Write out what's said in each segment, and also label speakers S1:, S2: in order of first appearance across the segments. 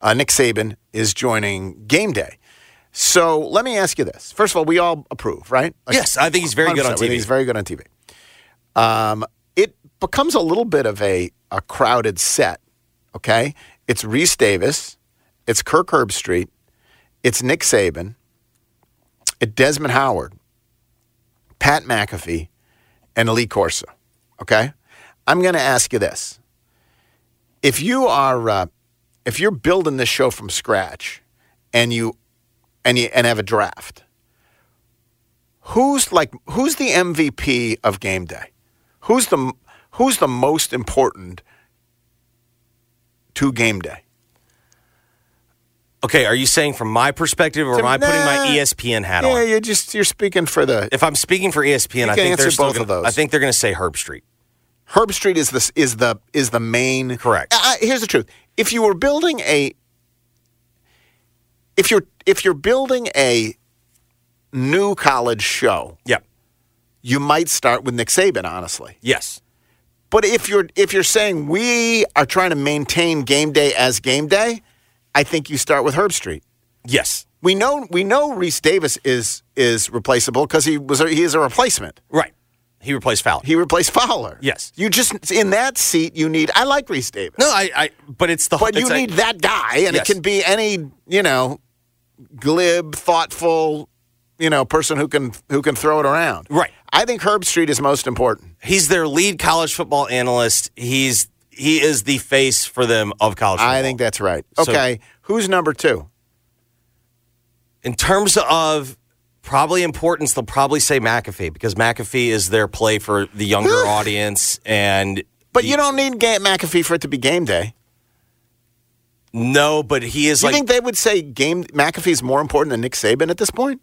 S1: uh, Nick Saban is joining game day. So let me ask you this. First of all, we all approve, right? Like,
S2: Yes, I think he's very good on
S1: 100%, we think
S2: TV.
S1: He's very good on TV. Um, it becomes a little bit of a, a crowded set, okay? It's Reese Davis, it's Kirk Herbstreit, it's Nick Saban, it's Desmond Howard, Pat McAfee, and Lee Corso, okay? I'm going to ask you this. If you are uh, if you're building this show from scratch and you and you and have a draft, who's like who's the MVP of game day? Who's the who's the most important to game day?
S2: Okay, are you saying from my perspective, or am I putting my E
S1: Nah.
S2: ESPN hat
S1: yeah,
S2: on?
S1: you're just you're speaking for the
S2: If I'm speaking for E ESPN, I
S1: can
S2: think
S1: answer
S2: they're still
S1: both
S2: gonna,
S1: of those.
S2: I think they're going to say Herb Street.
S1: Herb Street is the is the is the main
S2: Correct.
S1: I, I- here's the truth: if you were building a, if you're if you're building a new college show,
S2: Yep.
S1: you might start with Nick Saban, honestly.
S2: Yes.
S1: But if you're if you're saying we are trying to maintain game day as game day, I think you start with Herb Street.
S2: Yes.
S1: We know we know Reese Davis is is replaceable because he was a, he is a replacement.
S2: Right. He replaced Fowler.
S1: He replaced Fowler.
S2: Yes.
S1: you just in that seat you need. I like Reese Davis.
S2: no, I, I. But it's the.
S1: But you
S2: it's a-
S1: need that guy, and
S2: Yes.
S1: it can be any you know, glib, thoughtful, you know, person who can who can throw it around.
S2: Right.
S1: I think Herb Street is most important.
S2: He's their lead college football analyst. He's he is the face for them of college. Football.
S1: I think that's right.
S2: So-
S1: Okay, who's number two?
S2: in terms of probably importance, they'll probably say McAfee because McAfee is their play for the younger audience. And
S1: But you don't need Ga McAfee for it to be game day.
S2: no, but he is
S1: Do you
S2: like
S1: think they would say game McAfee's more important than Nick Saban at this point?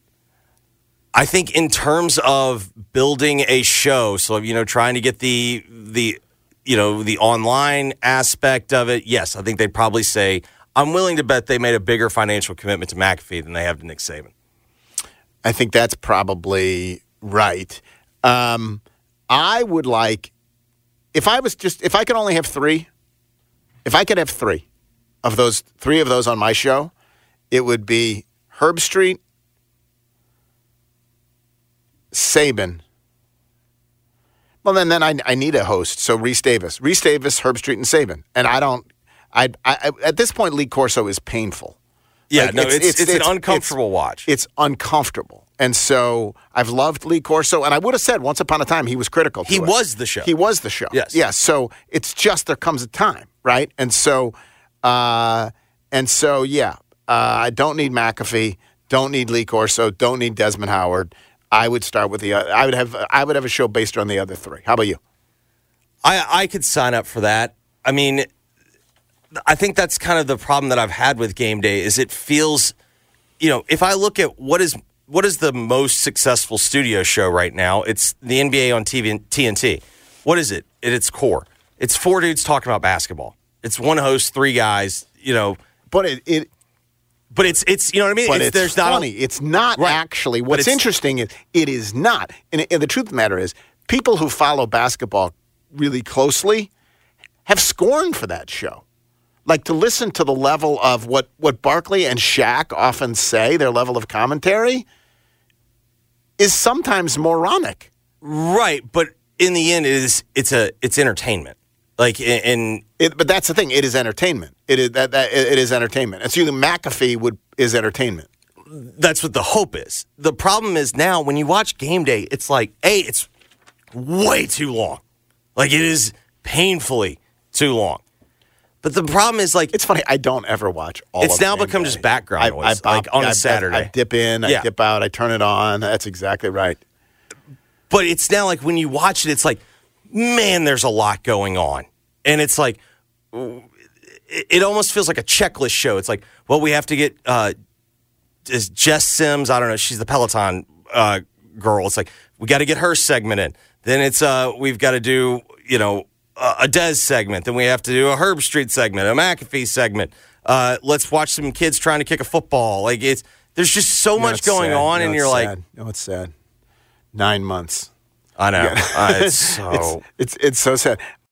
S2: I think in terms of building a show, so you know, trying to get the the you know the online aspect of it. Yes, I think they'd probably say I'm willing to bet they made a bigger financial commitment to McAfee than they have to Nick Saban.
S1: I think that's probably right. Um, I would like if I was just if I could only have three, if I could have three of those three of those on my show, it would be Herb Street, Saban. Well, then then I, I need a host. So Reese Davis, Reese Davis, Herb Street, and Saban. And I don't. I, I I- at this point, Lee Corso is painful.
S2: Yeah,
S1: Like,
S2: no, it's it's, an
S1: it's-
S2: uncomfortable watch.
S1: It's uncomfortable. And so I've loved Lee Corso, and I would have said once upon a time he was critical. to
S2: He
S1: it.
S2: was the show.
S1: He was the show.
S2: Yes.
S1: Yeah. So it's just there comes a time, right? And so, uh, and so yeah, uh, I don't need McAfee. Don't need Lee Corso. Don't need Desmond Howard. I would start with the. Uh, I would have. I would have a show based on the other three. How about you?
S2: I I could sign up for that. I mean, I think that's kind of the problem that I've had with game day is it feels, you know, if I look at what is what is the most successful studio show right now, it's the NBA on TV and TNT. What is it? At its core, it's four dudes talking about basketball. It's one host, three guys. You know,
S1: But it. it
S2: but it's it's you know what I mean.
S1: but it's,
S2: there's not a-
S1: funny. it's not
S2: Right.
S1: actually.
S2: But
S1: What's
S2: it's-
S1: interesting is it is not. And, and the truth of the matter is, people who follow basketball really closely have scorned for that show. Like to listen to the level of what what Barkley and Shaq often say, their level of commentary is sometimes moronic.
S2: right, but in the end, it is it's a it's entertainment. Like in, in
S1: It, but that's the thing; it is entertainment. It is that, that it is entertainment. It's either McAfee would is entertainment.
S2: that's what the hope is. The problem is now when you watch game day, it's like, A, it's way too long. Like it is painfully too long. But the problem is like
S1: It's funny. I don't ever watch all.
S2: It's
S1: of
S2: now
S1: Game
S2: become
S1: Day.
S2: just background noise, like, on a
S1: a
S2: Saturday.
S1: I, dip in, I
S2: Yeah.
S1: dip out, I turn it on. That's exactly right.
S2: but it's now like when you watch it, it's like, man, there's a lot going on. And it's like it it almost feels like a checklist show. It's like, well, we have to get uh, is Jess Sims. I don't know. She's the Peloton uh, girl. It's like we got to get her segment in. Then it's uh, we've got to do you know a a Dez segment. Then we have to do a Herb Street segment, a McAfee segment. Uh, let's watch some kids trying to kick a football. Like it's there's just so much
S1: it's
S2: going
S1: sad.
S2: on,
S1: No,
S2: and
S1: it's
S2: you're like,
S1: sad. no, it's sad. Nine months.
S2: I know. Uh, it's so
S1: It's it's it's so sad.